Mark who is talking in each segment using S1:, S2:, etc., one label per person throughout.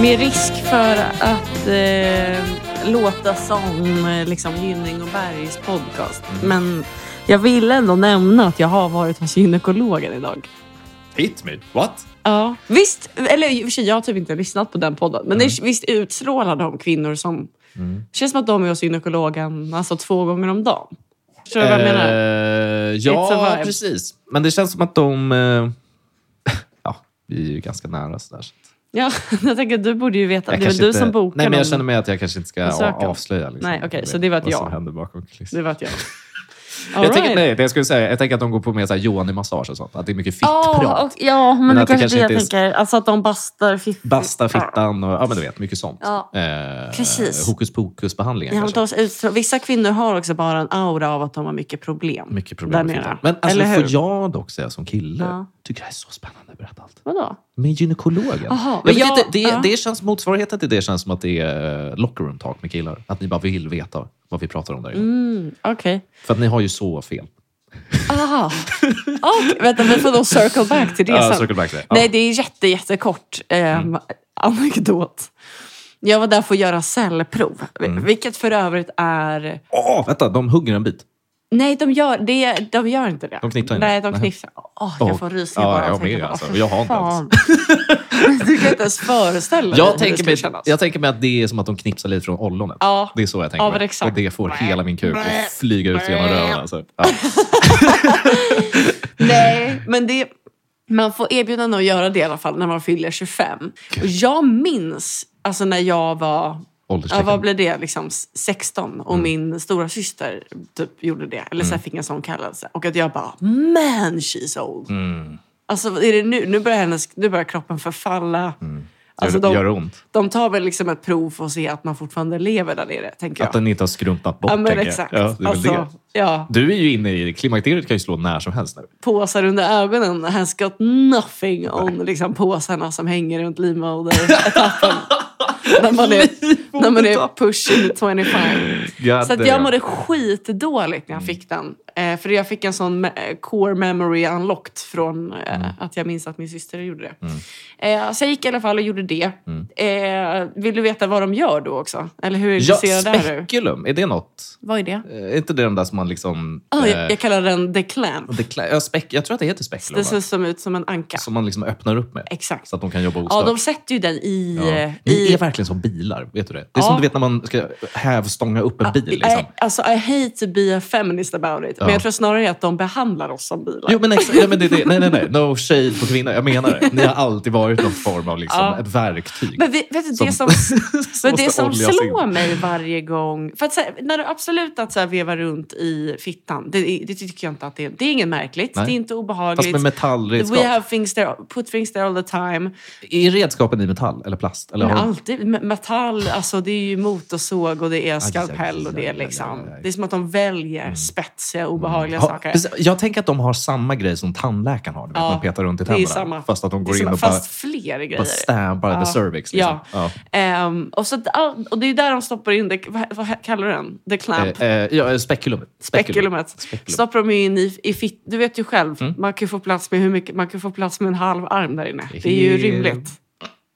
S1: Med risk för att eh, låta som eh, liksom, Gynning och Bergs podcast.
S2: Mm.
S1: Men jag vill ändå nämna att jag har varit hos gynekologen idag.
S2: Hit me. What?
S1: Ja. Visst, eller i och för sig, jag har typ inte lyssnat på den podden, men
S2: Mm.
S1: det, visst utstrålar de kvinnor som... Det känns som att de är hos gynekologen alltså, två gånger om dagen. Förstår du vad jag menar?
S2: Eh,
S1: It's a
S2: ja,
S1: vibe.
S2: precis. Men det känns som att de... eh, ja, vi är ju ganska nära. Sådär, så att
S1: Ja, jag tänker att du borde ju veta.
S2: jag
S1: det är väl
S2: kanske
S1: du
S2: inte-
S1: som bokar
S2: Nej, men jag
S1: dem.
S2: känner mig att jag kanske inte ska
S1: Besökaren.
S2: a- avslöja. Liksom,
S1: Nej, okej, så det var ett
S2: vad
S1: ja.
S2: som händer bakom kulisserna.
S1: Det vet jag.
S2: Jag tänker,
S1: Alright.
S2: nej, det jag skulle säga, jag tänker att de går på mer så här Johan-massage och sånt. Att det är mycket fittprat.
S1: Ja, och, ja, men,
S2: Men
S1: det
S2: att det
S1: kanske
S2: kanske
S1: det jag
S2: inte är s-
S1: tänker. Alltså att de bastar fiff...
S2: Basta fittan och ja, men du vet, mycket sånt.
S1: Ja,
S2: Eh,
S1: precis.
S2: Hokus pokus-behandlingar
S1: Ja, men
S2: kanske.
S1: de utstrålar- Vissa kvinnor har också bara en aura av att de har mycket problem.
S2: Mycket problem med
S1: Där nere.
S2: fittan. Men alltså,
S1: Eller hur?
S2: får jag dock säga som kille,
S1: Ja.
S2: tycker det här är så spännande. Berätta allt.
S1: Vadå?
S2: Med gynekologen.
S1: Aha,
S2: jag vet
S1: jag-
S2: inte, det,
S1: ja.
S2: det känns, motsvarigheten till det känns som att det är eh, locker room talk med killar. Att ni bara vill veta vad vi pratar om där inne.
S1: Mm, Okej.
S2: För att ni har ju så fel.
S1: Aha. Okej, Vänta, vi får då circle back till det
S2: Ja,
S1: sen.
S2: circle back to that. Ja. Mm.
S1: Nej, det är jätte, jättekort eh, anekdot. Jag var där för att göra cellprov,
S2: Mm.
S1: vilket för övrigt är...
S2: Åh, vänta, de hugger en bit.
S1: Nej, de gör, det, de gör inte det.
S2: De knittrar inte.
S1: Nej, de
S2: Nej.
S1: kniftar. Åh, jag
S2: Och-
S1: får rysningar
S2: ja,
S1: bara av
S2: jag
S1: att tänka
S2: med,
S1: på-
S2: alltså.
S1: Åh,
S2: Jag har inte
S1: fan. Du kan inte ens föreställa dig hur
S2: Jag
S1: det
S2: Eh, tänker,
S1: skulle
S2: mig,
S1: kännas.
S2: jag tänker mig att det är som att de knipsar lite från ollonet.
S1: Ja.
S2: Det är så jag
S1: Ja,
S2: tänker
S1: men
S2: mig.
S1: exakt.
S2: Och det får hela min kuk att flyga ut genom röven. Alltså. Ja.
S1: Nej, men det... Man får erbjudande att göra det i alla fall när man fyller 25. Och jag minns alltså när jag var... Ja,
S2: Ålderstecken.
S1: vad blev det? Liksom 16
S2: Mm.
S1: och min stora syster typ gjorde det. Eller så här fick en sån kallelse. Och att jag bara, man she's old.
S2: Mm.
S1: Alltså vad är det nu? Nu börjar, hennes, nu börjar kroppen förfalla. Alltså,
S2: Mm.
S1: de,
S2: gör, gör det ont?
S1: de tar väl liksom ett prov för att se att man fortfarande lever där nere, tänker jag.
S2: Att den inte har skrumpnat bort,
S1: ja, men
S2: tänker
S1: exakt.
S2: jag. Ja, det är väl
S1: alltså,
S2: det.
S1: ja,
S2: Du är ju inne i... Klimakteriet kan ju slå när som helst nu.
S1: påsar under ögonen. Has got nothing on liksom, påsarna som hänger runt livmoderetappen. när, man är, när man är pushing 25.
S2: God
S1: Så att jag
S2: damn.
S1: mådde skitdåligt när jag
S2: Mm.
S1: fick den. Eh, för jag fick en sån me- core memory unlocked från eh,
S2: Mm.
S1: att jag minns att min syster gjorde det. Eh, så jag gick i alla fall och gjorde det. Eh, vill du veta vad de gör då också? Eller hur
S2: Mm. Ja,
S1: intresserad är du?
S2: speculum, är det något?
S1: Vad är det?
S2: Eh, Är inte det den där som man liksom...
S1: Ah,
S2: eh,
S1: jag, jag kallar den the clamp.
S2: det klä- ja, spek- jag tror att det heter speculum,
S1: Det
S2: va?
S1: ser som ut som en anka.
S2: Som man liksom öppnar upp med.
S1: Exakt.
S2: Så att de kan jobba
S1: Ja,
S2: ostört.
S1: de sätter ju den i... eh,
S2: Ja. Ni
S1: i
S2: är verkligen som bilar, vet du det? Det är
S1: Ja.
S2: som du vet när man ska hävstånga upp en bil. Liksom.
S1: I, alltså, I hate to be a feminist about it. Men jag tror snarare att de behandlar oss som bilar.
S2: Jo, men exa- ja, men det, det, nej, nej, nej. No shade på kvinnor. Jag menar det. Ni har alltid varit någon form av liksom,
S1: Ja.
S2: ett verktyg.
S1: men vi, vet du, det som, men det
S2: måste
S1: som
S2: oljas in.
S1: slår mig varje gång... För att, så här, när du absolut att så här, veva runt i fittan, det, är- det tycker jag inte att det är. Det är inget märkligt,
S2: Nej.
S1: det är inte
S2: Fast
S1: obehagligt.
S2: med metallredskap.
S1: We have things there, put things there all the time.
S2: Är redskapen i metall eller plast? Eller
S1: Men
S2: har de-
S1: alltid me- metall, alltså det är ju motorsåg och det är skalpell och det är
S2: aj, aj,
S1: liksom...
S2: aj, aj.
S1: Det är som att de väljer spetsiga, obehagliga
S2: Ja,
S1: saker.
S2: Mm. precis. jag tänker att de har samma grej som tandläkaren har. Du vet,
S1: Ja,
S2: man petar runt i
S1: det är
S2: tänderna.
S1: samma.
S2: Fast att de
S1: Det är
S2: går in
S1: som-
S2: och bara,
S1: fast fler
S2: bara
S1: grejer.
S2: stabbar the cervix. Liksom.
S1: Ja.
S2: Ja.
S1: Ehm, och, så, att all- och det är ju där de stoppar in, det, vad, vad kallar du den? The clamp.
S2: Eh, eh, ja, eh, spekulum.
S1: Speculumet.
S2: Spekulum. Mm.
S1: Stoppar de in i, i fitt... Du vet ju själv, man kan ju få plats med hur mycket... Man kan få plats med en halv arm där inne. Det är ju
S2: Helt-
S1: rimligt.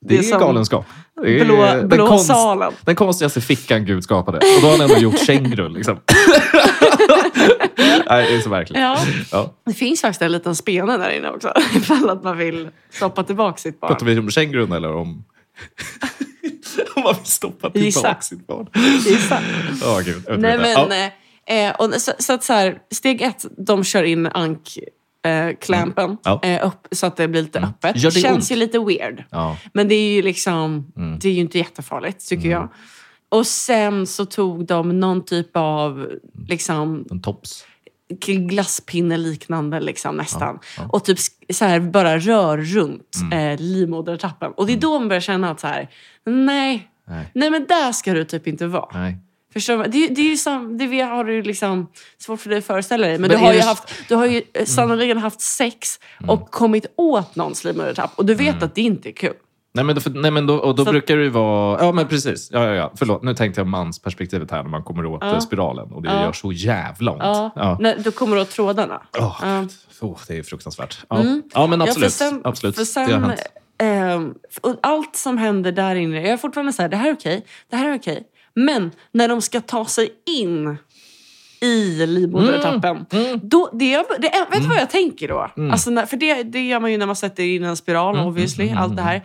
S2: Det är,
S1: Det är som
S2: galenskap. Det är
S1: blå-
S2: den
S1: blå salen.
S2: Den konstigaste fickan Gud skapade. Och då har han ändå gjort kängurun. Liksom. Nej, det är så verkligt.
S1: Ja.
S2: Ja.
S1: Det finns faktiskt en liten spene där inne också. Ifall att man vill stoppa tillbaka sitt barn.
S2: Pratar vi om kängurun eller om... om man vill stoppa
S1: Gissa.
S2: tillbaka sitt barn?
S1: Gissa.
S2: Ja, gud. Jag vet
S1: Nej,
S2: inte.
S1: men,
S2: Ja.
S1: eh, och så, så att så här, steg ett, de kör in ank eh, clampen
S2: Mm. Ja. Mm.
S1: eh, upp, så att det blir lite öppet.
S2: Gör det
S1: Känns
S2: ont? Mm.
S1: ju lite weird.
S2: Ja.
S1: Men det är ju liksom, det är ju inte jättefarligt tycker
S2: Mm.
S1: jag. Och sen så tog de någon typ av liksom,
S2: En tops.
S1: glasspinne liknande liksom, nästan. Och typ sk- så här, bara rör runt
S2: Mm.
S1: eh, livmodertappen. Och det är då man börjar känna att så här, nej,
S2: Nej.
S1: nej men där ska du typ inte vara.
S2: Nej.
S1: Förstår du? Det, är ju- det är ju som, det vi har du liksom svårt för dig att föreställa dig. Men,
S2: Men
S1: du, har
S2: är
S1: ju
S2: det- Mm.
S1: haft, du har ju eh, sannoliken haft sex och kommit åt någons livmodertapp. Och du vet
S2: Mm.
S1: att det inte är kul.
S2: Nej, men, då- för, nej, men då, och då
S1: Så-
S2: brukar det ju vara... Ja, men precis. Ja, ja, ja. Förlåt, nu tänkte jag mansperspektivet här när man kommer åt eh, spiralen och det gör så jävla ont.
S1: Ja.
S2: Ja.
S1: När, då kommer du åt trådarna.
S2: Åh, gud. Åh, det är fruktansvärt. Ja, ja men
S1: Mm. Ja,
S2: absolut.
S1: för sen,
S2: absolut.
S1: För sen
S2: det har hänt.
S1: Ehm, och allt som händer där inne, jag är fortfarande så här, det här är okej, det här är okej. Men när de ska ta sig in i livmodertappen.
S2: Mm,
S1: Då, det, är- det, är- vet du vad jag tänker då? Alltså, när, för det, det gör man ju när man sätter in en spiral
S2: Mm,
S1: obviously, allt det här.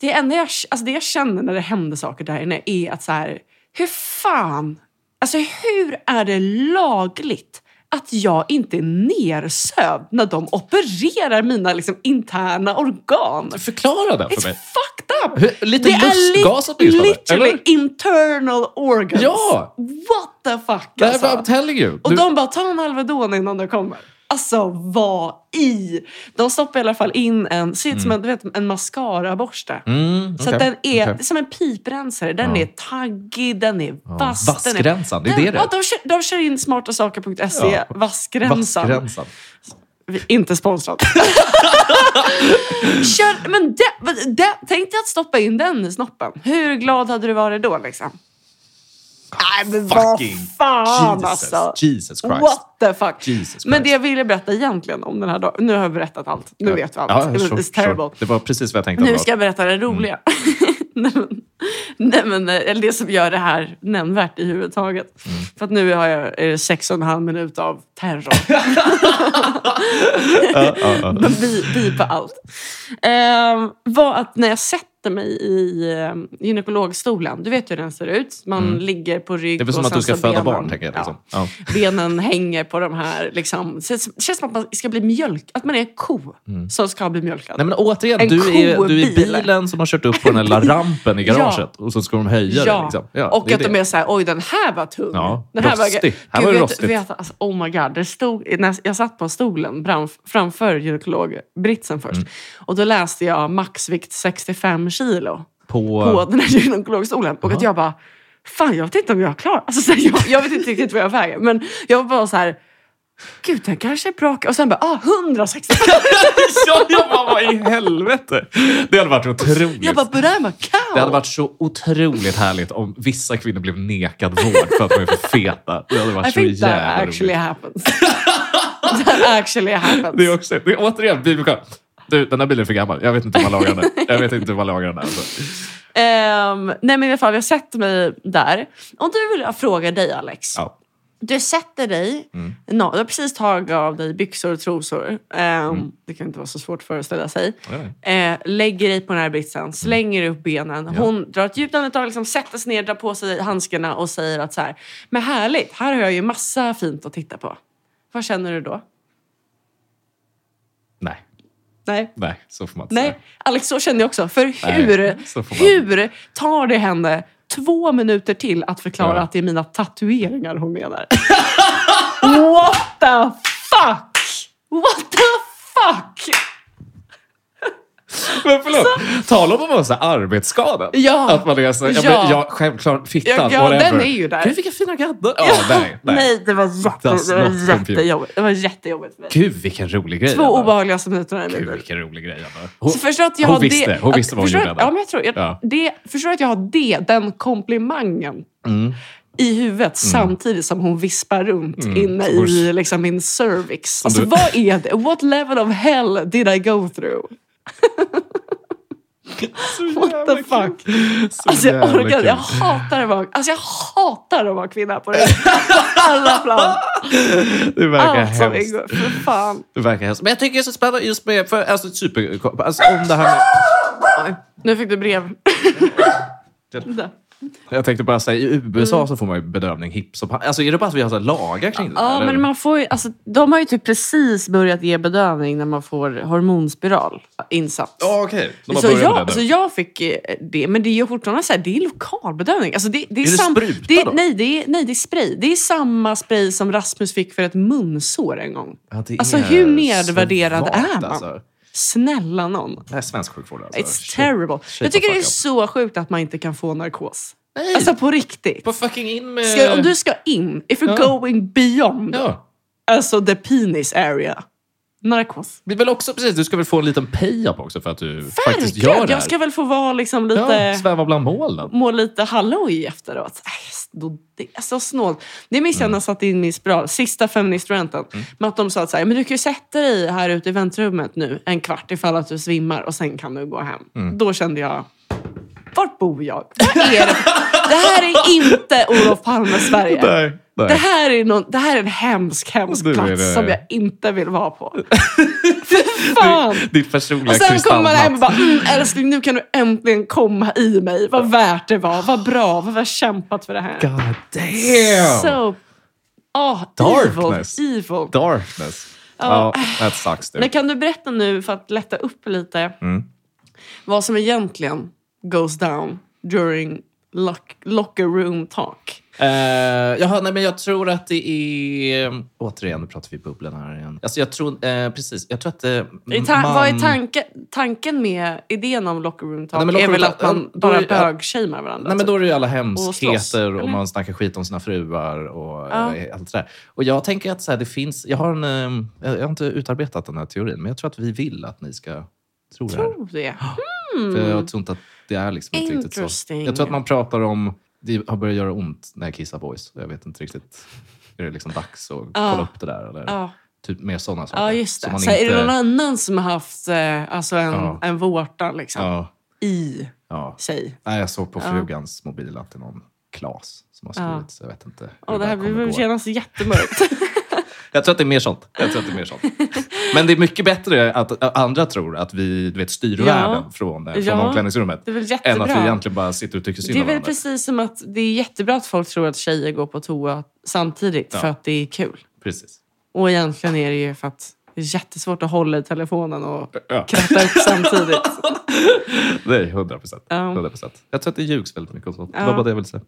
S1: Det enda jag, alltså det jag känner när det händer saker där inne är att så här, hur fan, alltså hur är det lagligt att jag inte är nersövd när de opererar mina liksom, interna organ?
S2: Förklara det för
S1: It's
S2: mig.
S1: fucked up!
S2: Hur- lite lustgas
S1: är li-
S2: åtminstone,
S1: literally alltså.
S2: eller?
S1: internal organs.
S2: Ja!
S1: What the fuck alltså.
S2: Det här var I'm telling you.
S1: och
S2: Du-
S1: de bara, ta en Alvedon innan du kommer. Alltså vad i! De stoppar i alla fall in en, ser ut som en, du vet, en mascaraborste.
S2: Mm,
S1: Så att
S2: okej,
S1: den är
S2: okej.
S1: det är som en piprensare. Den
S2: Ja.
S1: är taggig, den är
S2: Ja,
S1: vass. den är-
S2: Vassgränsande, är det det?
S1: Ja, de kör, de kör in smartasaker.se,
S2: Ja.
S1: vassgränsan.
S2: Vassgränsan.
S1: Vi, inte sponsrat. kör, men det, det, tänk dig att stoppa in den i snoppen. Hur glad hade du varit då liksom? Nej, Ah, men vad
S2: Fucking
S1: fan
S2: Jesus,
S1: alltså.
S2: Jesus Christ.
S1: What the fuck?
S2: Jesus Christ.
S1: Men det jag ville berätta egentligen om den här dagen. Nu har jag berättat allt. Nu vet vi allt.
S2: Ja, sure,
S1: It's terrible.
S2: Sure. Det var precis vad jag tänkte.
S1: Nu
S2: att
S1: ska jag berätta det roliga. nej,
S2: Mm.
S1: men, nej, men, eh, eller det som gör det här nämnvärt i huvud taget.
S2: Mm.
S1: För att nu har jag eh, sex och en halv minut av terror.
S2: det var.
S1: Men vi, vi på allt. Ehm, var att när jag sätter mig i eh, gynekologstolen, du vet hur den ser ut. Man ligger på rygg
S2: Mm. Det är väl som
S1: och
S2: att
S1: sen
S2: du ska
S1: så
S2: föda
S1: benen-
S2: barn, tänker jag. Liksom.
S1: Ja
S2: Ja.
S1: benen hänger på de här. Liksom. Det känns- känns som att man ska bli mjölk. Att man är en ko
S2: Mm.
S1: som ska bli mjölkad.
S2: Nej, men återigen,
S1: En
S2: du är, du är
S1: kobil.
S2: bilen som har kört upp på den här lilla rampen i garaget och så ska de höja
S1: ja.
S2: den. Liksom. Ja,
S1: och
S2: det
S1: att de
S2: det.
S1: är så här, oj den här var tung.
S2: Ja,
S1: den här
S2: rostig. Här
S1: Gud,
S2: var det
S1: vet,
S2: rostigt.
S1: vet, alltså, oh my god. Det stod, när jag satt på stolen framf- framför gynekolog-britsen först.
S2: Mm.
S1: Och då läste jag maxvikt 65 kilo
S2: På,
S1: på den här gynekologstolen. Och att jag bara, fan jag vet inte om jag klarar alltså, så här, jag, jag vet inte riktigt vad jag väger. Men jag var bara så här, gud den kanske är bra. Och sen bara, ah 165.
S2: ja, jag bara, vad i helvete? Det hade varit otroligt.
S1: Jag bara, but I'm a cow!
S2: Det hade varit så otroligt härligt om vissa kvinnor blev nekad vård för att de är för feta. Det hade
S1: I
S2: varit så
S1: think that
S2: jävla
S1: actually
S2: roligt.
S1: happens. that actually happens.
S2: Det är också, det är återigen, bibelskär. Du, den här bilen är för gammal. Jag vet inte hur man lagar den. Jag vet inte hur man lagar den. Alltså.
S1: Ehm, nej men i alla fall, jag sätter mig där. Och nu vill jag fråga dig Alex.
S2: Ja.
S1: Du sätter dig, nå- du har precis tagit av dig byxor och trosor. Ehm, Det kan inte vara så svårt att föreställa sig.
S2: Nej.
S1: Eh, lägger dig på den här britsen, slänger upp benen. Hon drar ett djupt andetag, liksom, sätter sig ner, drar på sig handskarna och säger att så här, men härligt, här har jag ju massa fint att titta på. Vad känner du då?
S2: Nej,
S1: Nej.
S2: nej, så får man inte
S1: Nej, Alex, så kände jag också. För
S2: Nej,
S1: hur,
S2: så får man-
S1: hur tar det henne två minuter till att förklara
S2: Ja.
S1: att det är mina tatueringar hon menar? What the fuck! What the fuck!
S2: Men förlåt, tala om att vara så här arbetsskadad.
S1: Ja.
S2: Att man är så, ja,
S1: Ja.
S2: Men, ja, självklart, fittan,
S1: Ja, ja,
S2: whatever.
S1: den är ju där.
S2: Gud, vilka fina gaddar. Ja, nej, nej.
S1: det var, jätte,
S2: Does
S1: det
S2: not
S1: var
S2: compute.
S1: jättejobbigt. Det var jättejobbigt för mig.
S2: Gud, vilken rolig grej.
S1: Två
S2: ändå.
S1: obehagliga minuter i mitt
S2: Gud,
S1: liv.
S2: vilken rolig grej. ändå. Hon,
S1: Så förstår att jag
S2: hon
S1: har
S2: visste,
S1: det,
S2: hon
S1: att-
S2: visste vad hon
S1: förstår,
S2: gjorde.
S1: att-
S2: där.
S1: Ja, men jag tror, jag,
S2: Ja.
S1: det, förstår att jag har det, den komplimangen
S2: Mm.
S1: i huvudet samtidigt som hon vispar runt
S2: Mm.
S1: inne i liksom, min cervix. Alltså,
S2: du-
S1: vad är det? What level of hell did I go through?
S2: Så
S1: What the
S2: jävla kul.
S1: fuck?
S2: Så
S1: Alltså, jag,
S2: jävla
S1: orkar,
S2: kul.
S1: jag, hatar att vara, alltså, jag hatar att vara kvinna på det. alla plan.
S2: Det verkar
S1: Allt som
S2: hemskt.
S1: ingår. För fan.
S2: Det verkar hemskt. Men jag tycker det är så spännande just med... För, alltså, super, alltså, om det här med,
S1: Oj, Nu fick du brev. Där.
S2: jag tänkte bara säga, i USA
S1: Mm.
S2: så får man ju bedövning hipp som happ. Alltså, är det bara att vi har så här lagar kring det?
S1: Ja,
S2: eller?
S1: men man får ju, alltså, de har ju typ precis börjat ge bedövning när man får hormonspiral insatt.
S2: Ja, okej. De har
S1: Så
S2: börjat med
S1: jag,
S2: det
S1: så
S2: nu.
S1: jag fick eh, det, men det är ju fortfarande så här, det är lokalbedövning. Alltså det, det är,
S2: Är det
S1: sam-
S2: spruta
S1: det,
S2: då?
S1: Nej det, är, nej, det är spray. Det är samma spray som Rasmus fick för ett munsår en gång.
S2: Ja, det
S1: Alltså
S2: är
S1: hur nedvärderad
S2: svagt,
S1: är man?
S2: alltså.
S1: Snälla någon.
S2: Det här är svensk sjukvård alltså. Shit.
S1: It's terrible.
S2: shit,
S1: Jag tycker
S2: vad
S1: det är
S2: fuck up.
S1: så sjukt att man inte kan få narkos.
S2: Nej.
S1: Alltså på riktigt.
S2: Bara fucking in med...
S1: Ska, om du ska in, if you're
S2: Ja.
S1: going beyond
S2: Ja.
S1: Alltså the penis area. Narkos.
S2: Det är väl också, precis, du ska väl få en liten pay-up också för att du faktiskt
S1: Verkligen!
S2: gör det här.
S1: Jag ska väl få vara liksom
S2: ja,
S1: lite...
S2: sväva bland målen.
S1: må lite halloj efteråt. Äh, då- Det är så snålt. Det minns
S2: Mm.
S1: jag när jag satte in min spiral, sista feministranten. Med att de sa att så här, men du kan ju sätta dig här ute i väntrummet nu en kvart ifall att du svimmar och sen kan du gå hem.
S2: Mm.
S1: Då kände jag, vart bor jag? Vad är det? det här är inte Olof Palmes Sverige.
S2: Nej, nej.
S1: Det här, är någon, det här är en hemsk, hemsk
S2: Du är
S1: plats
S2: det.
S1: som jag inte vill vara på. Fy fan!
S2: Ditt personliga
S1: Och sen kommer man hem och
S2: kristallnatt.
S1: bara, mm, älskling nu kan du äntligen komma i mig. Vad värt det var, vad bra, vad vi har kämpat för det här.
S2: God damn!
S1: So, oh,
S2: Darkness.
S1: evil, evil.
S2: Darkness. Ja,
S1: Ja.
S2: that sucks dude.
S1: Men kan du berätta nu, för att lätta upp lite,
S2: Mm.
S1: vad som egentligen goes down during lock, locker room talk?
S2: Eh, jaha, nej, men jag tror att det är... Återigen, nu pratar vi bubblan här igen. Alltså, jag tror, eh, precis, jag tror att... eh,
S1: Är ta-
S2: man-
S1: Vad är tanke, tanken med idén om locker room talk?
S2: Nej, men
S1: är
S2: locker
S1: väl
S2: room
S1: att
S2: talk-
S1: man
S2: då
S1: bara
S2: är-
S1: bögshamar varandra?
S2: Nej, men
S1: typ?
S2: då är det ju alla
S1: Och slåss,
S2: hemskheter och
S1: eller?
S2: man snackar skit om sina fruar och
S1: Ja.
S2: eh, allt det där. Och jag tänker att så här, det finns... Jag har, en, eh, jag har inte utarbetat den här teorin, men jag tror att vi vill att ni ska tro det här.
S1: Tror det.
S2: För jag tror inte att det är liksom inte riktigt så.
S1: Mm. Interesting.
S2: Jag tror att man pratar om... Det har börjat göra ont när jag kissar boys. Jag vet inte riktigt. Är det liksom dags att kolla upp det där? Eller?
S1: Ja.
S2: Typ mer sådana saker.
S1: Ja, just
S2: Så
S1: det.
S2: man
S1: Så här, Är
S2: inte-
S1: det någon annan som har haft eh, alltså en,
S2: Ja.
S1: en vårta liksom,
S2: Ja,
S1: i
S2: ja.
S1: sig?
S2: Nej, jag såg på frugans mobil att det är någon Klas som har skrivit, så jag vet inte hur
S1: Och det här
S2: kommer
S1: kommer
S2: gå.
S1: kännas jättemörkt.
S2: Jag tror att det är mer sånt. Jag tror att det är mer sånt. Men det är mycket bättre att ä, andra tror att vi du vet, styr
S1: Ja.
S2: världen från, eh, från
S1: Ja.
S2: omklädningsrummet.
S1: Det är väl
S2: Än
S1: jättebra.
S2: att vi egentligen bara sitter och tycker synd
S1: det är
S2: om
S1: väl
S2: varandra.
S1: precis som att det är jättebra att folk tror att tjejer går på toa samtidigt
S2: Ja.
S1: för att det är kul.
S2: Precis.
S1: Och egentligen är det ju för att det är jättesvårt att hålla i telefonen och
S2: Ja.
S1: kratta upp samtidigt.
S2: Nej, 100 procent.
S1: Ja.
S2: 100 procent. Jag tror att det ljugs väldigt mycket. Och sånt. Det
S1: Ja.
S2: var bara det jag ville säga.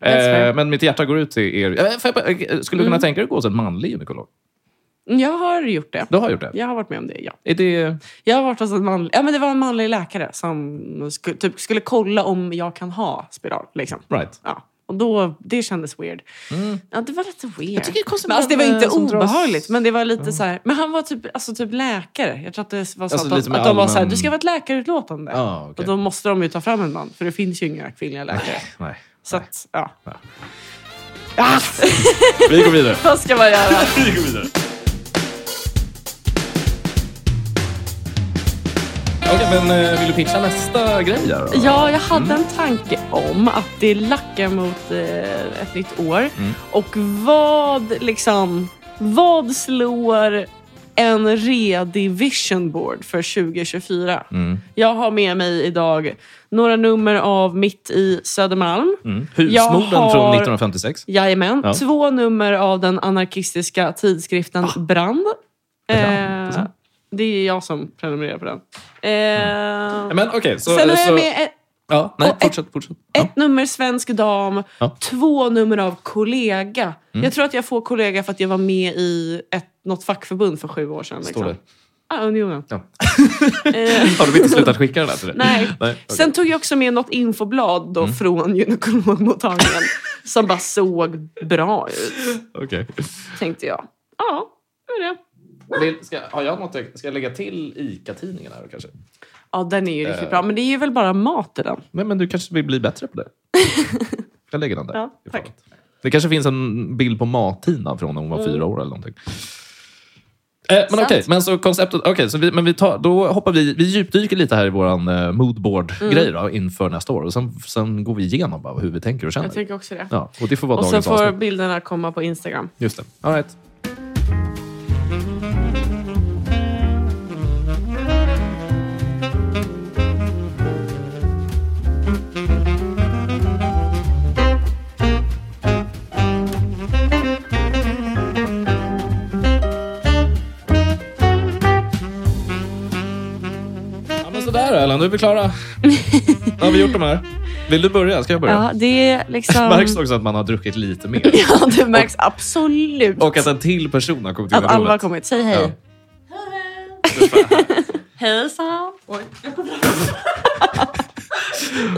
S1: fair. Mm.
S2: Eh, men mitt hjärta går ut till er. Eh, får jag bara- eh, Skulle du kunna tänka dig att gå hos en manlig gynekolog?
S1: Jag har gjort det.
S2: Du har gjort det?
S1: Jag har varit med om det, ja.
S2: Är det...
S1: Jag har varit hos en manlig, ja, men det var en manlig läkare som skulle, typ, skulle kolla om jag kan ha spiral. Liksom.
S2: Right.
S1: Ja. Och då, det kändes weird.
S2: Mm.
S1: Ja, det var lite weird.
S2: tycker det är konstigt
S1: men alltså, det var
S2: med- eh,
S1: inte
S2: som dras-
S1: obehagligt, men det var lite så här... Men han var typ, alltså, typ läkare. Jag tror att det var så
S2: Mm. Alltså,
S1: att,
S2: lite
S1: de,
S2: mer
S1: att de var så här,
S2: allmän-
S1: du ska vara ett läkarutlåtande.
S2: Ja, okej.
S1: Och då måste de ju ta fram en man, för det finns ju inga kvinnliga läkare.
S2: Nej.
S1: Så att, ja.
S2: Nej.
S1: Ah,
S2: Vi går vidare.
S1: vad ska man göra?
S2: Vi går vidare. Okej, men eh, vill du pitcha nästa grej här då?
S1: Ja, jag hade en tanke om att det lackar mot eh, ett nytt år.
S2: Mm.
S1: Och vad liksom... Vad slår en redig vision board för 2024?
S2: Mm.
S1: Jag har med mig idag några nummer av Mitt i Södermalm.
S2: Mm. Husmorden
S1: Jag har-
S2: från 1956.
S1: Jajamän.
S2: Ja.
S1: Två nummer av den anarkistiska tidskriften
S2: Ah.
S1: Brand.
S2: Brand,
S1: Eh, det är jag som prenumererar på den. Eh,
S2: Men alltså, okej, så...
S1: sen har
S2: så
S1: jag med ett,
S2: ja, nej,
S1: och ett-
S2: fortsätt. fortsätt. Ja.
S1: ett nummer Svensk Dam,
S2: Ja. Mm.
S1: två nummer av Kollega. Jag tror att jag får Kollega för att jag var med i ett, något fackförbund för sju år sedan.
S2: Står det?
S1: Ah, unionen.
S2: Ja.
S1: Eh,
S2: Har du inte slutat skicka den där till dig?
S1: Nej.
S2: okej. Mm.
S1: Sen tog jag också med något infoblad då från gynekologmottagningen som bara såg bra ut,
S2: Okej.
S1: tänkte jag. Ja, det är det.
S2: Vill- Ska, har jag något, jag- ska jag lägga till ICA-tidningen här då, kanske?
S1: Ja, den är ju riktigt
S2: Eh.
S1: bra. Men det är ju väl bara mat i den.
S2: Nej, men du kanske vill bli bättre på det? Jag lägger den där.
S1: Ja,
S2: i
S1: tack.
S2: fallet. Det kanske finns en bild på Martina från när hon var fyra år eller någonting. Eh, men okej,
S1: Mm. Sant.
S2: men så konceptet... Okej, så vi, men vi tar, då hoppar vi... Vi djupdyker lite här i vår eh, moodboard-grej
S1: Mm.
S2: då, inför nästa år. Och sen, sen går vi igenom bara hur vi tänker och känner.
S1: Jag tycker också det.
S2: Ja, och det får vara
S1: Och så
S2: dagens
S1: får
S2: avsnitt.
S1: bilderna komma på Instagram.
S2: Just det. All right. Ja, men Sådär Ellen, nu är vi klara. Då har vi gjort de här. Vill du börja? Ska jag börja?
S1: Ja, det är liksom...
S2: Märks också att man har druckit lite mer.
S1: Ja, det märks absolut.
S2: Och att en till person har kommit in
S1: att
S2: i
S1: alla har
S2: rummet.
S1: kommit. Säg hej.
S2: Ja.
S1: Hejsan! Oj.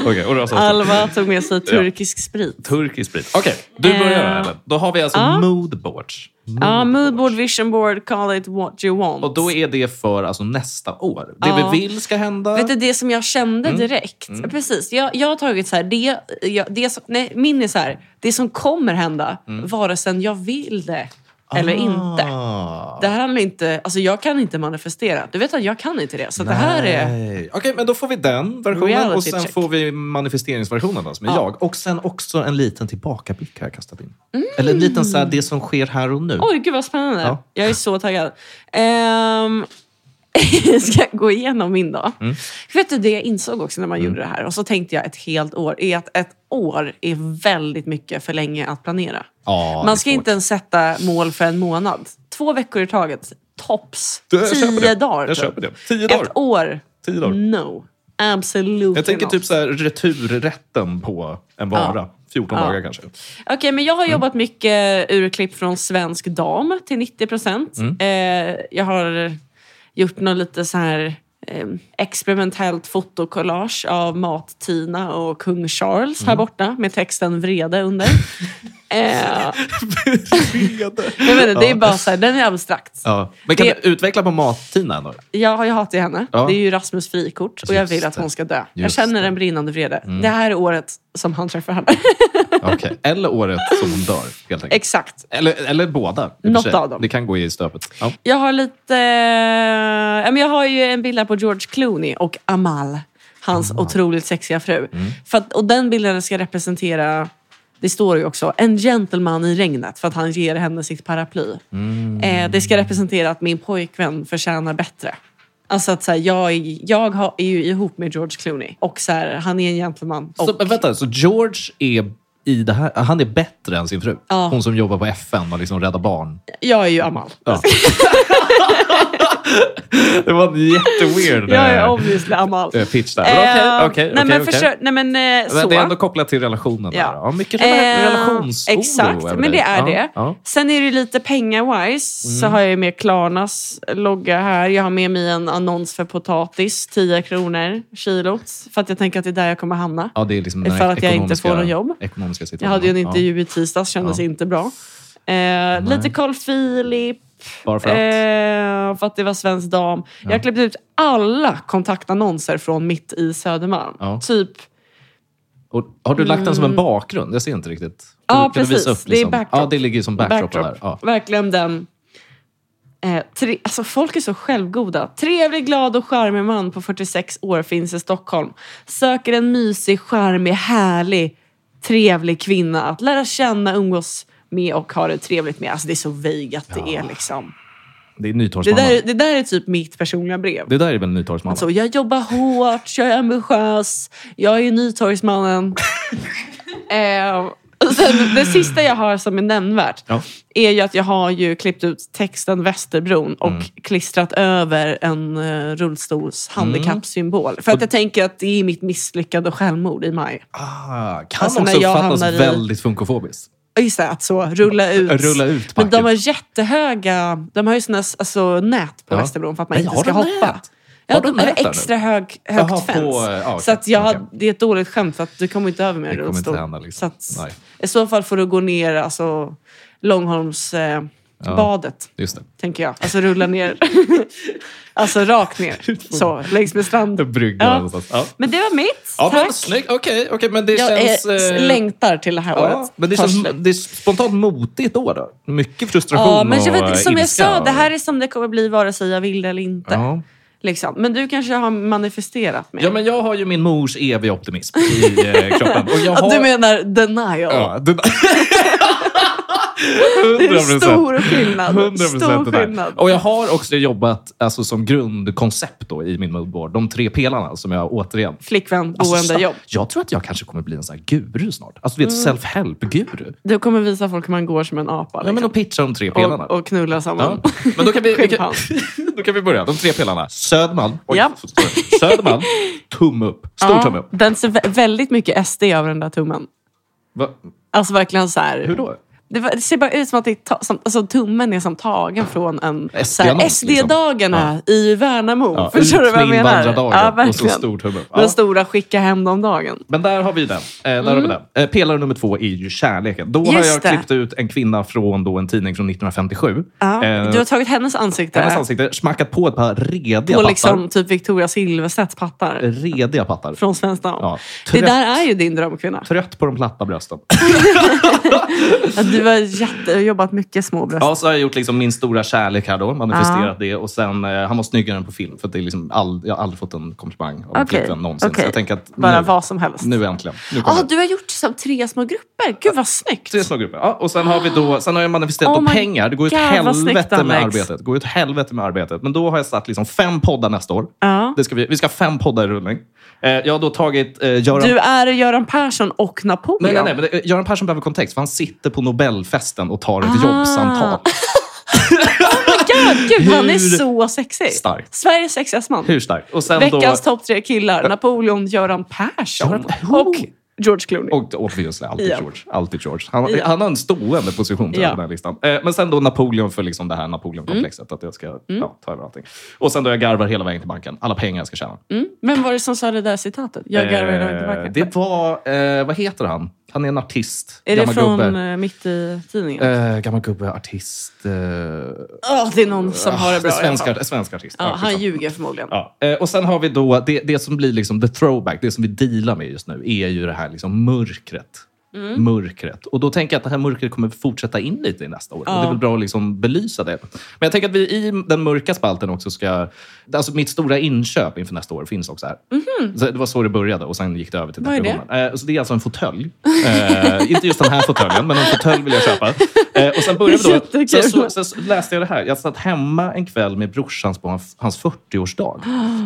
S2: Okej, och rösa också.
S1: Alva tog med sig turkisk sprit.
S2: Turkisk sprit. Okej, du börjar
S1: Eh,
S2: här. Ellen. Då har vi alltså
S1: ja.
S2: moodboards.
S1: Ja, moodboard, vision board, call it what you want.
S2: Och då är det för alltså, nästa år. Det
S1: Ja.
S2: vi vill ska hända.
S1: Vet du, det som jag kände
S2: Mm.
S1: direkt. Precis. Jag, jag har tagit så här, det, jag, det som, nej, min är så här, det som kommer hända,
S2: Mm.
S1: vare sig jag vill det eller inte.
S2: Ah.
S1: Det här handlar inte, alltså jag kan inte manifestera. Du vet att jag kan inte det. Så det här är...
S2: Nej. Okej, men då får vi den versionen
S1: Reality
S2: och sen
S1: check.
S2: får vi manifesteringsversionen då, som är
S1: Ja.
S2: jag. Och sen också en liten tillbakablick har jag kastat in. Eller en liten så här, det som sker här och nu.
S1: Mm. Oj, gud vad spännande.
S2: Ja.
S1: Jag är så taggad. Ehm, ska jag gå igenom min dag?
S2: Mm.
S1: Vet du, det jag insåg också när man gjorde det här, och så tänkte jag ett helt år, är att ett år är väldigt mycket för länge att planera.
S2: Ja, det är
S1: Man ska
S2: svårt.
S1: inte ens sätta mål för en månad. Två veckor i taget. Tops.
S2: Du, jag köper
S1: Tio
S2: det.
S1: dagar.
S2: Jag
S1: typ.
S2: köper det. Tio
S1: Ett
S2: dagar.
S1: år.
S2: Tio dagar.
S1: No. Absolut
S2: Jag tänker
S1: not.
S2: typ så här, returrätten på en vara. 14
S1: Ja.
S2: dagar kanske.
S1: Okej, men
S2: Mm.
S1: jag har jobbat mycket urklipp från Svensk Dam till 90 procent.
S2: Mm.
S1: Eh, jag har gjort något lite så här eh, experimentellt fotokollage av Mat-Tina och kung Charles
S2: Mm.
S1: här borta med texten vrede under. eh, jag vet inte, det är bara så här, den är abstrakt.
S2: ja. Men kan
S1: Det-
S2: du utveckla på Mat-Tina? då?
S1: Jag, jag hatar ju henne.
S2: Ja.
S1: Det är ju Rasmus frikort och jag
S2: Just
S1: vill att
S2: det.
S1: hon ska dö. jag
S2: Just
S1: känner
S2: det. Mm.
S1: en brinnande vrede. Det här är året som han träffar henne.
S2: Okej. Eller året som hon dör, helt enkelt.
S1: Exakt.
S2: Eller, eller båda. i och för
S1: Något
S2: sig.
S1: av dem.
S2: Det kan gå i stöpet. Ja.
S1: Jag har lite... eh, ja, men jag har ju en bild här på George Clooney och Amal. Hans otroligt sexiga fru.
S2: Mm.
S1: För att, och den bilden ska representera, det står ju också, en gentleman i regnet. För att han ger henne sitt paraply.
S2: Mm.
S1: Eh, det ska representera att min pojkvän förtjänar bättre. Alltså att så här, jag, är- jag har, är ju ihop med George Clooney. Och så här, han är en gentleman. Och,
S2: Så, men vänta, så George är i det här, han är bättre än sin fru?
S1: Ja.
S2: Hon som jobbar på FN och liksom räddar barn.
S1: jag är ju Amal.
S2: Ja. det var en jätteweird
S1: Jag är
S2: eh,
S1: obviously Amal.
S2: eh, pitch där. Men Okej,
S1: Eh,
S2: okej,
S1: nej,
S2: okej,
S1: men
S2: okej.
S1: försök- nej men eh, så.
S2: Men Det är ändå kopplat till relationen. Där. Ja, mycket
S1: Eh,
S2: rela- relationsoro.
S1: Exakt,
S2: över
S1: men det
S2: dig.
S1: är
S2: ja,
S1: det.
S2: Ja. Mm.
S1: Sen är det lite pengar-wise så har jag med Klarnas logga här. Jag har med mig en annons för potatis, 10 kronor kilot. För att jag tänker att det är där jag kommer hamna.
S2: ja, det är liksom
S1: Ifall att jag inte får något jobb.
S2: Ekonomiska
S1: Jag
S2: situationen.
S1: hade ju en
S2: Ja,
S1: intervju i tisdags, kändes
S2: Ja.
S1: inte bra. Eh, lite Carl Philip.
S2: bara för att.
S1: Eh, för att det var Svensk Dam. Jag har klippt ut alla kontaktannonser från mitt i Södermalm.
S2: Ja.
S1: Typ
S2: och, har du lagt den som en bakgrund? Jag ser inte riktigt.
S1: mm. Ja,
S2: Kan du- kan du
S1: precis.
S2: visa upp,
S1: Det är
S2: liksom?
S1: backdrop.
S2: Ja, det ligger som backdrop. Där. Ja.
S1: Verkligen den. Eh, tre, alltså folk är så självgoda. Trevlig, glad och charmig man på 46 år finns i Stockholm. Söker en mysig, charmig, härlig, trevlig kvinna att lära känna, umgås med och ha det trevligt med. Alltså det är så vague att det är liksom.
S2: Det är
S1: Det
S2: Nytorgsmannen.
S1: där, det där är Alltså, typ mitt personliga brev.
S2: Det där är väl Nytorgsmannen?
S1: Så jag jobbar hårt, jag är ambitiös, jag är Nytorgsmannen. eh, och sen, det sista jag har som är nämnvärt
S2: Ja.
S1: är ju att jag har ju klippt ut texten Västerbron
S2: Mm.
S1: och klistrat över en eh, rullstols handikappsymbol.
S2: Mm.
S1: För att jag tänker att det är mitt misslyckade självmord i maj.
S2: Ah, kan
S1: Alltså,
S2: också
S1: när jag
S2: uppfattas
S1: hamnar i-
S2: väldigt funkofobiskt.
S1: Och Just det, att så rulla ut.
S2: Rulla ut
S1: Men
S2: packet.
S1: de har jättehöga, de har ju såna alltså, nät på
S2: Ja.
S1: Västerbron för att man
S2: Nej,
S1: inte
S2: har
S1: ska
S2: de
S1: hoppa.
S2: nät?
S1: Ja,
S2: Har
S1: de
S2: de
S1: är
S2: nät där nu?
S1: extra hög, högt
S2: Jaha, på,
S1: fäns.
S2: eh, ja,
S1: så
S2: okej,
S1: att jag har,
S2: okej.
S1: det är ett dåligt skämt för att du kommer inte över med en
S2: Det kommer inte
S1: rullstol.
S2: hända, liksom.
S1: Så att,
S2: Nej.
S1: I så fall får du gå ner alltså, Långholmsbadet. Eh,
S2: Ja.
S1: badet
S2: Just det.
S1: tänker jag. Alltså rulla ner. alltså rakt ner. Så, längs med stranden.
S2: Bryggan
S1: Ja.
S2: någonstans. Ja.
S1: Men det var mitt.
S2: Ja, men,
S1: Tack.
S2: snyggt. Okej, okej, men det
S1: Jag
S2: känns...
S1: är,
S2: eh,
S1: längtar till det här
S2: ja,
S1: året.
S2: men det
S1: Tar
S2: känns
S1: slut.
S2: det är spontant motigt år då. Mycket frustration
S1: Ja, men jag
S2: och
S1: vet, inte, som jag
S2: ilska
S1: sa,
S2: och-
S1: det här är som det kommer bli vare sig jag vill eller inte.
S2: Ja.
S1: Liksom. Men du kanske har manifesterat mer?
S2: ja, men jag har ju min mors eviga optimism i eh, kroppen. Och jag
S1: Att
S2: har...
S1: Du menar denial?
S2: Ja, den...
S1: det är
S2: 100%.
S1: stor skillnad.
S2: 100
S1: stor
S2: procent
S1: skillnad.
S2: Och jag har också jobbat alltså, som grundkoncept då, i min moodboard. De tre pelarna som jag återigen...
S1: Flickvän,
S2: Alltså,
S1: boende, jobb. Mm.
S2: Jag tror att jag kanske kommer bli en sån här guru snart. Alltså, du vet, self-help-guru.
S1: Du kommer visa folk hur man går som en apa.
S2: Ja,
S1: Liksom.
S2: men och pitcha de tre pelarna.
S1: och, och knulla samman.
S2: Ja. Men då kan, vi, vi kan,
S1: Schimpans.
S2: då kan vi börja. De tre pelarna. Södermalm. Oj,
S1: Ja.
S2: sorry. Södermalm. Tumme upp. Stor
S1: Ja,
S2: tumme upp.
S1: Den ser vä- väldigt mycket SD över den där tummen.
S2: Va?
S1: Alltså verkligen så här.
S2: Hur då?
S1: Det, var, det ser bara ut som att det är ta, som, alltså, tummen är som tagen från en
S2: SD-annons,
S1: så här
S2: liksom.
S1: SD-dagarna i Värnamo.
S2: Ja,
S1: Förstår du vad jag menar? Ja,
S2: Ja, och så
S1: verkligen.
S2: stor tumme. Ja.
S1: Den stora skicka hem dem dagen.
S2: Men där har vi den. Eh, där har vi den. Eh, pelare nummer två är ju kärleken. Då har
S1: Mm. Just
S2: jag
S1: det.
S2: klippt ut en kvinna från då en tidning från 1957.
S1: Ja.
S2: Eh,
S1: du har tagit hennes ansikte.
S2: hennes ansikte, smackat på ett par rediga
S1: på
S2: pattar.
S1: liksom typ Victoria Silvstedts pattar
S2: Rediga pattar.
S1: från Svenskt Namn.
S2: Ja.
S1: Det
S2: Trött,
S1: där är ju din drömkvinna.
S2: trött på de platta brösten.
S1: Att du har jätte, jobbat mycket små bröst.
S2: Ja, så har jag gjort liksom min stora kärlek här då, manifesterat det. Och sen, eh, han var snyggare än på film, för att det är liksom all, jag har aldrig fått en komplimang av en
S1: Okej,
S2: flickvän någonsin. Så
S1: okej.
S2: jag tänker att
S1: Bara
S2: nu,
S1: vad som helst.
S2: nu äntligen. Nu
S1: Ja,
S2: kommer det.
S1: du har gjort som tre små grupper. Gud vad snyggt.
S2: Tre små grupper. Ja, och sen har vi då, sen har jag manifesterat
S1: Oh
S2: då
S1: my
S2: pengar. Det går ju åt
S1: God, vad snyggt,
S2: helvete med
S1: Alex.
S2: arbetet. Det går ju åt helvete med arbetet. Men då har jag satt liksom fem poddar nästa år.
S1: Ja.
S2: Det ska vi, vi ska ha fem poddar i rullning. Eh, jag har då tagit eh, Göran...
S1: Du är Göran Persson och Napoleon.
S2: Nej, nej, nej, men det- Göran Persson behöver kontext, för han sitter på Nobelfesten och tar ett
S1: Ah.
S2: jobbsamtal.
S1: Oh God, gud, han är
S2: Hur
S1: så sexig.
S2: starkt.
S1: Sveriges sexigaste man.
S2: Hur starkt? Och sen
S1: Veckans
S2: då...
S1: topp tre killar. Napoleon, Göran Persson
S2: Göran-
S1: och George Clooney.
S2: Och obviously, alltid
S1: Ja.
S2: George. Alltid George. Han,
S1: Ja.
S2: han har en stående position tror jag,
S1: Ja. Mm.
S2: på den här listan. Eh, men sen då Napoleon för liksom det här Napoleon-komplexet. Att jag ska ja, ta över allting. Och sen då jag garvar hela vägen till banken. Alla pengar jag ska tjäna.
S1: Mm. Vem var det som sa det där citatet? Jag garvar hela vägen tillbaka.
S2: Eh, Det var, eh, vad heter han? Han är en artist.
S1: Är det
S2: gammal
S1: från
S2: gubbe.
S1: eh, Mitt i tidningen?
S2: Eh, gammal gubbe, artist. Eh,
S1: Åh, det är någon som
S2: ah,
S1: har det bra. i alla fall.
S2: svensk, art- svensk artist.
S1: Ja, han
S2: skitsamma.
S1: ljuger förmodligen.
S2: Ja. Eh, Och sen har vi då, det, det som blir liksom the throwback, det som vi dealar med just nu, är ju det här liksom mörkret.
S1: Mm.
S2: Mörkret. Och då tänker jag att det här mörkret kommer fortsätta in lite i nästa år. Och det är väl bra att liksom belysa det. Men jag tänker att vi i den mörka spalten också ska... Alltså mitt stora inköp inför nästa år finns också här. Så det var så det började och sen gick det över till
S1: Mhm. Vad är det?
S2: depressionen. Eh, så det är alltså en fåtölj. Eh, inte just den här fåtöljen, men en fåtölj vill jag köpa. Eh, och sen började vi då...
S1: Jättekul.
S2: Sen, så, sen så läste jag det här. Jag satt hemma en kväll med brorsans på hans, hans 40-årsdag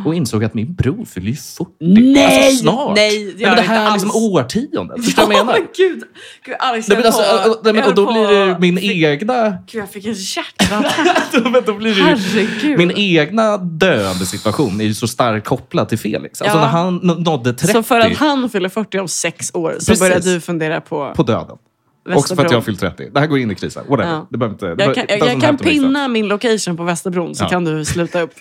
S2: och insåg att min bror fyller ju 40.
S1: Nej!
S2: Alltså snart!
S1: Nej, det gör
S2: men det
S1: det
S2: här
S1: inte
S2: är liksom
S1: alls.
S2: årtiondet. Förstår du vad jag menar?
S1: Gud, Gud Alex,
S2: Nej, men
S1: jag
S2: alltså,
S1: höll på-
S2: nej, men,
S1: jag
S2: och då
S1: höll
S2: blir
S1: på-
S2: det ju min egna...
S1: Gud, jag fick en hjärtattack.
S2: då blir det ju,
S1: Herregud.
S2: min egna döende situation är ju så starkt kopplad till Felix. Alltså
S1: Ja.
S2: när han n- nådde 30
S1: Så för att han fyller 40 om sex år så
S2: Precis.
S1: börjar du fundera på,
S2: på döden. Också för att jag har fyllt 30. Det här går in i krisen. Whatever.
S1: Ja.
S2: Det behöver inte... Det
S1: jag
S2: be-
S1: kan,
S2: it
S1: jag,
S2: doesn't
S1: jag
S2: have
S1: kan
S2: to make sense.
S1: pinna min location på Västerbron så
S2: Ja.
S1: kan du sluta upp.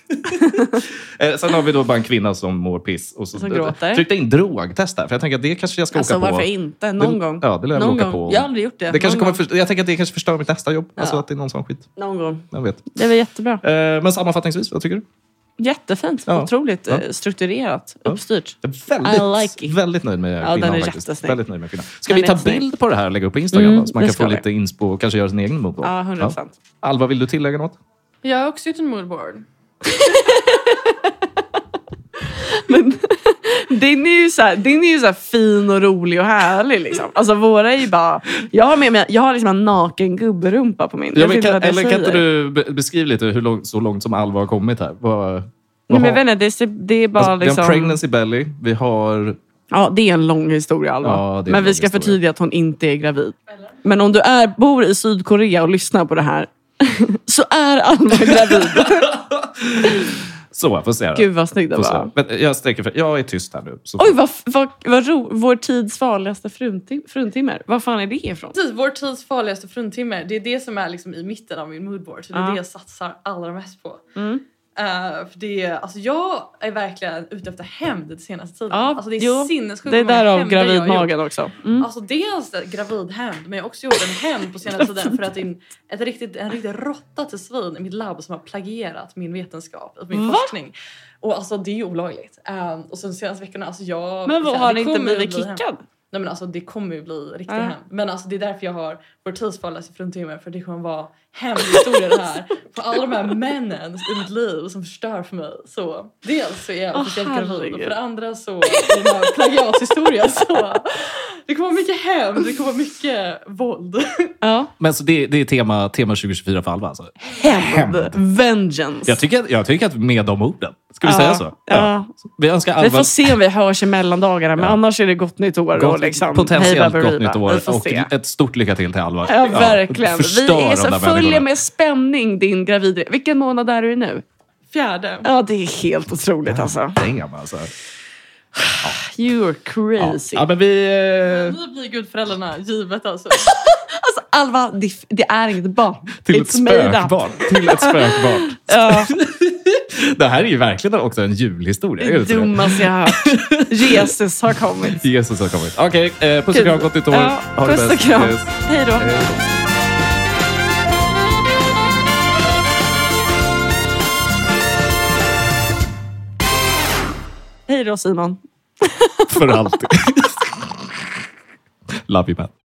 S2: Eh, sen har vi då bara en kvinna som mår piss. Och så
S1: Som gråter.
S2: Tryckte in drogtest där. För jag tänker att det kanske jag ska
S1: Alltså
S2: åka på.
S1: varför inte? Någon
S2: det,
S1: gång.
S2: Ja, det lär jag väl
S1: Någon
S2: åka
S1: gång.
S2: på.
S1: Jag har aldrig gjort det.
S2: Det kanske
S1: Någon
S2: kommer, först- jag tänker att det kanske förstör mitt nästa jobb. Alltså
S1: Ja.
S2: att det är någon sån skit.
S1: Någon gång.
S2: Jag vet.
S1: Det var jättebra.
S2: Eh, men sammanfattningsvis, vad tycker du?
S1: Jättefint.
S2: Ja.
S1: Otroligt
S2: Ja.
S1: eh, strukturerat. Uppstyrt.
S2: Jag är väldigt,
S1: I like it.
S2: väldigt nöjd med
S1: Ja,
S2: kvinnan
S1: den är
S2: faktiskt.
S1: jättesnygg.
S2: Väldigt nöjd med kvinnan. Ska
S1: Den
S2: vi
S1: är
S2: ta
S1: jättesnygg.
S2: bild på det här och lägga upp på Instagram
S1: Mm,
S2: då? Så man
S1: det
S2: kan
S1: ska
S2: få
S1: vi.
S2: lite inspo och kanske göra sin egen moodboard.
S1: Ja, 100%.
S2: Alva, vill du tillägga något?
S3: Jag har också gjort en moodboard.
S1: Din är ju så här, din är ju så här fin och rolig och härlig. Liksom. Alltså våra är ju bara... Jag har, med mig, jag har liksom en naken gubberumpa på min.
S2: Ja,
S1: Jag vet
S2: men
S1: inte
S2: kan,
S1: vad det
S2: eller kan
S1: säger.
S2: inte du be- beskriva lite hur långt, så långt som Alva har kommit här? Vad, vad
S1: Nej, men
S2: har-
S1: jag vet inte, det, är, det är bara
S2: alltså, Vi har en
S1: liksom...
S2: pregnancy belly, vi har
S1: Ja, det är en lång historia Alva.
S2: Ja, det är en
S1: men
S2: lång
S1: vi ska
S2: historia.
S1: förtydliga att hon inte är gravid. Men om du är, bor i Sydkorea och lyssnar på det här så är Alva gravid.
S2: Så, jag får se. då.
S1: Gud vad snygg den
S2: Får se.
S1: var.
S2: Men jag sträcker för... Jag är tyst här nu. Så
S1: Oj, vad, vad, vad ro, vår tids farligaste fruntim, fruntimmer. Vad fan är det ifrån?
S3: Precis, vår tids farligaste fruntimmer. Det är det som är liksom i mitten av min moodboard. Så det är
S1: Ja. Mm.
S3: det jag satsar allra mest på. Eh, för det är, alltså jag är verkligen ute efter hämnd den senaste tiden.
S1: Ja,
S3: alltså det är
S1: jo,
S3: sinnessjukt
S1: Det är
S3: hur många
S1: därav
S3: hämnder jag har gjort.
S1: gravidmagen också. Mm.
S3: Alltså dels gravidhämnd men jag har också gjort en hämnd på senaste tiden för att en, ett riktigt, en riktig råtta till svin i mitt labb som har plagierat min vetenskap och min
S1: Va?
S3: forskning. Och alltså det är ju olagligt. Ehm, och sen senaste veckorna, alltså jag...
S1: Men vad,
S3: så här,
S1: har
S3: det
S1: ni inte
S3: kommer ju
S1: blivit
S3: bli hämnd.
S1: kickad?
S3: Nej men alltså det kommer ju bli riktigt
S1: Ja.
S3: hämnd. Men alltså det är därför jag har vår tids farligaste fruntimmer för det kommer vara hämndhistorier det här. På alla de här männen i mitt liv som förstör för mig. Så dels så är jag
S1: Åh,
S3: officiellt gravid och
S1: herregud.
S3: för det andra så är det den här plagiathistorien så. Det kommer vara mycket hämnd, det kommer vara mycket våld.
S1: Ja.
S2: Men så det, det är tema, tema 2024 för Alva alltså.
S1: Hämnd. Vengeance.
S2: Jag tycker, jag tycker att med de orden. Ska vi
S1: Ja.
S2: säga så?
S1: Ja.
S2: Vi önskar
S1: Vi
S2: Alva
S1: får se om vi hörs i mellandagarna, men
S2: Ja.
S1: annars är det gott nytt år. och
S2: gott,
S1: liksom, hej
S2: potentiellt
S1: baberiba.
S2: gott nytt
S1: Vi
S2: år
S1: får
S2: och
S1: se.
S2: ett stort lycka till till Alva.
S1: Ja, verkligen. Vi
S2: förstör
S1: är
S2: de
S1: så
S2: där
S1: följer
S2: människorna.
S1: med spänning din gravidresa. Vilken månad är du i nu?
S3: Fjärde.
S1: Ja, det är helt otroligt alltså.
S2: Damn, alltså.
S1: You're crazy.
S2: Ja, men vi... eh,
S3: Vi blir gudföräldrarna, givet alltså.
S1: Alltså Alva, det, det är inget barn.
S2: Till ett
S1: It's made up.
S2: spökbarn. Till ett spökbarn.
S1: Ja,
S2: Det här är ju verkligen också en julhistoria. är det inte
S1: det
S2: det?
S1: dummaste jag har hört. Jesus har kommit.
S2: Jesus har kommit. Okej, eh, puss och
S1: Kul.
S2: kram. Gott nytt år.
S1: Ja,
S2: Ha det
S1: puss och
S2: bäst.
S1: kram.
S2: Yes.
S1: Hej då.
S2: Hej.
S1: Hej då Simon.
S2: För alltid. Love you man.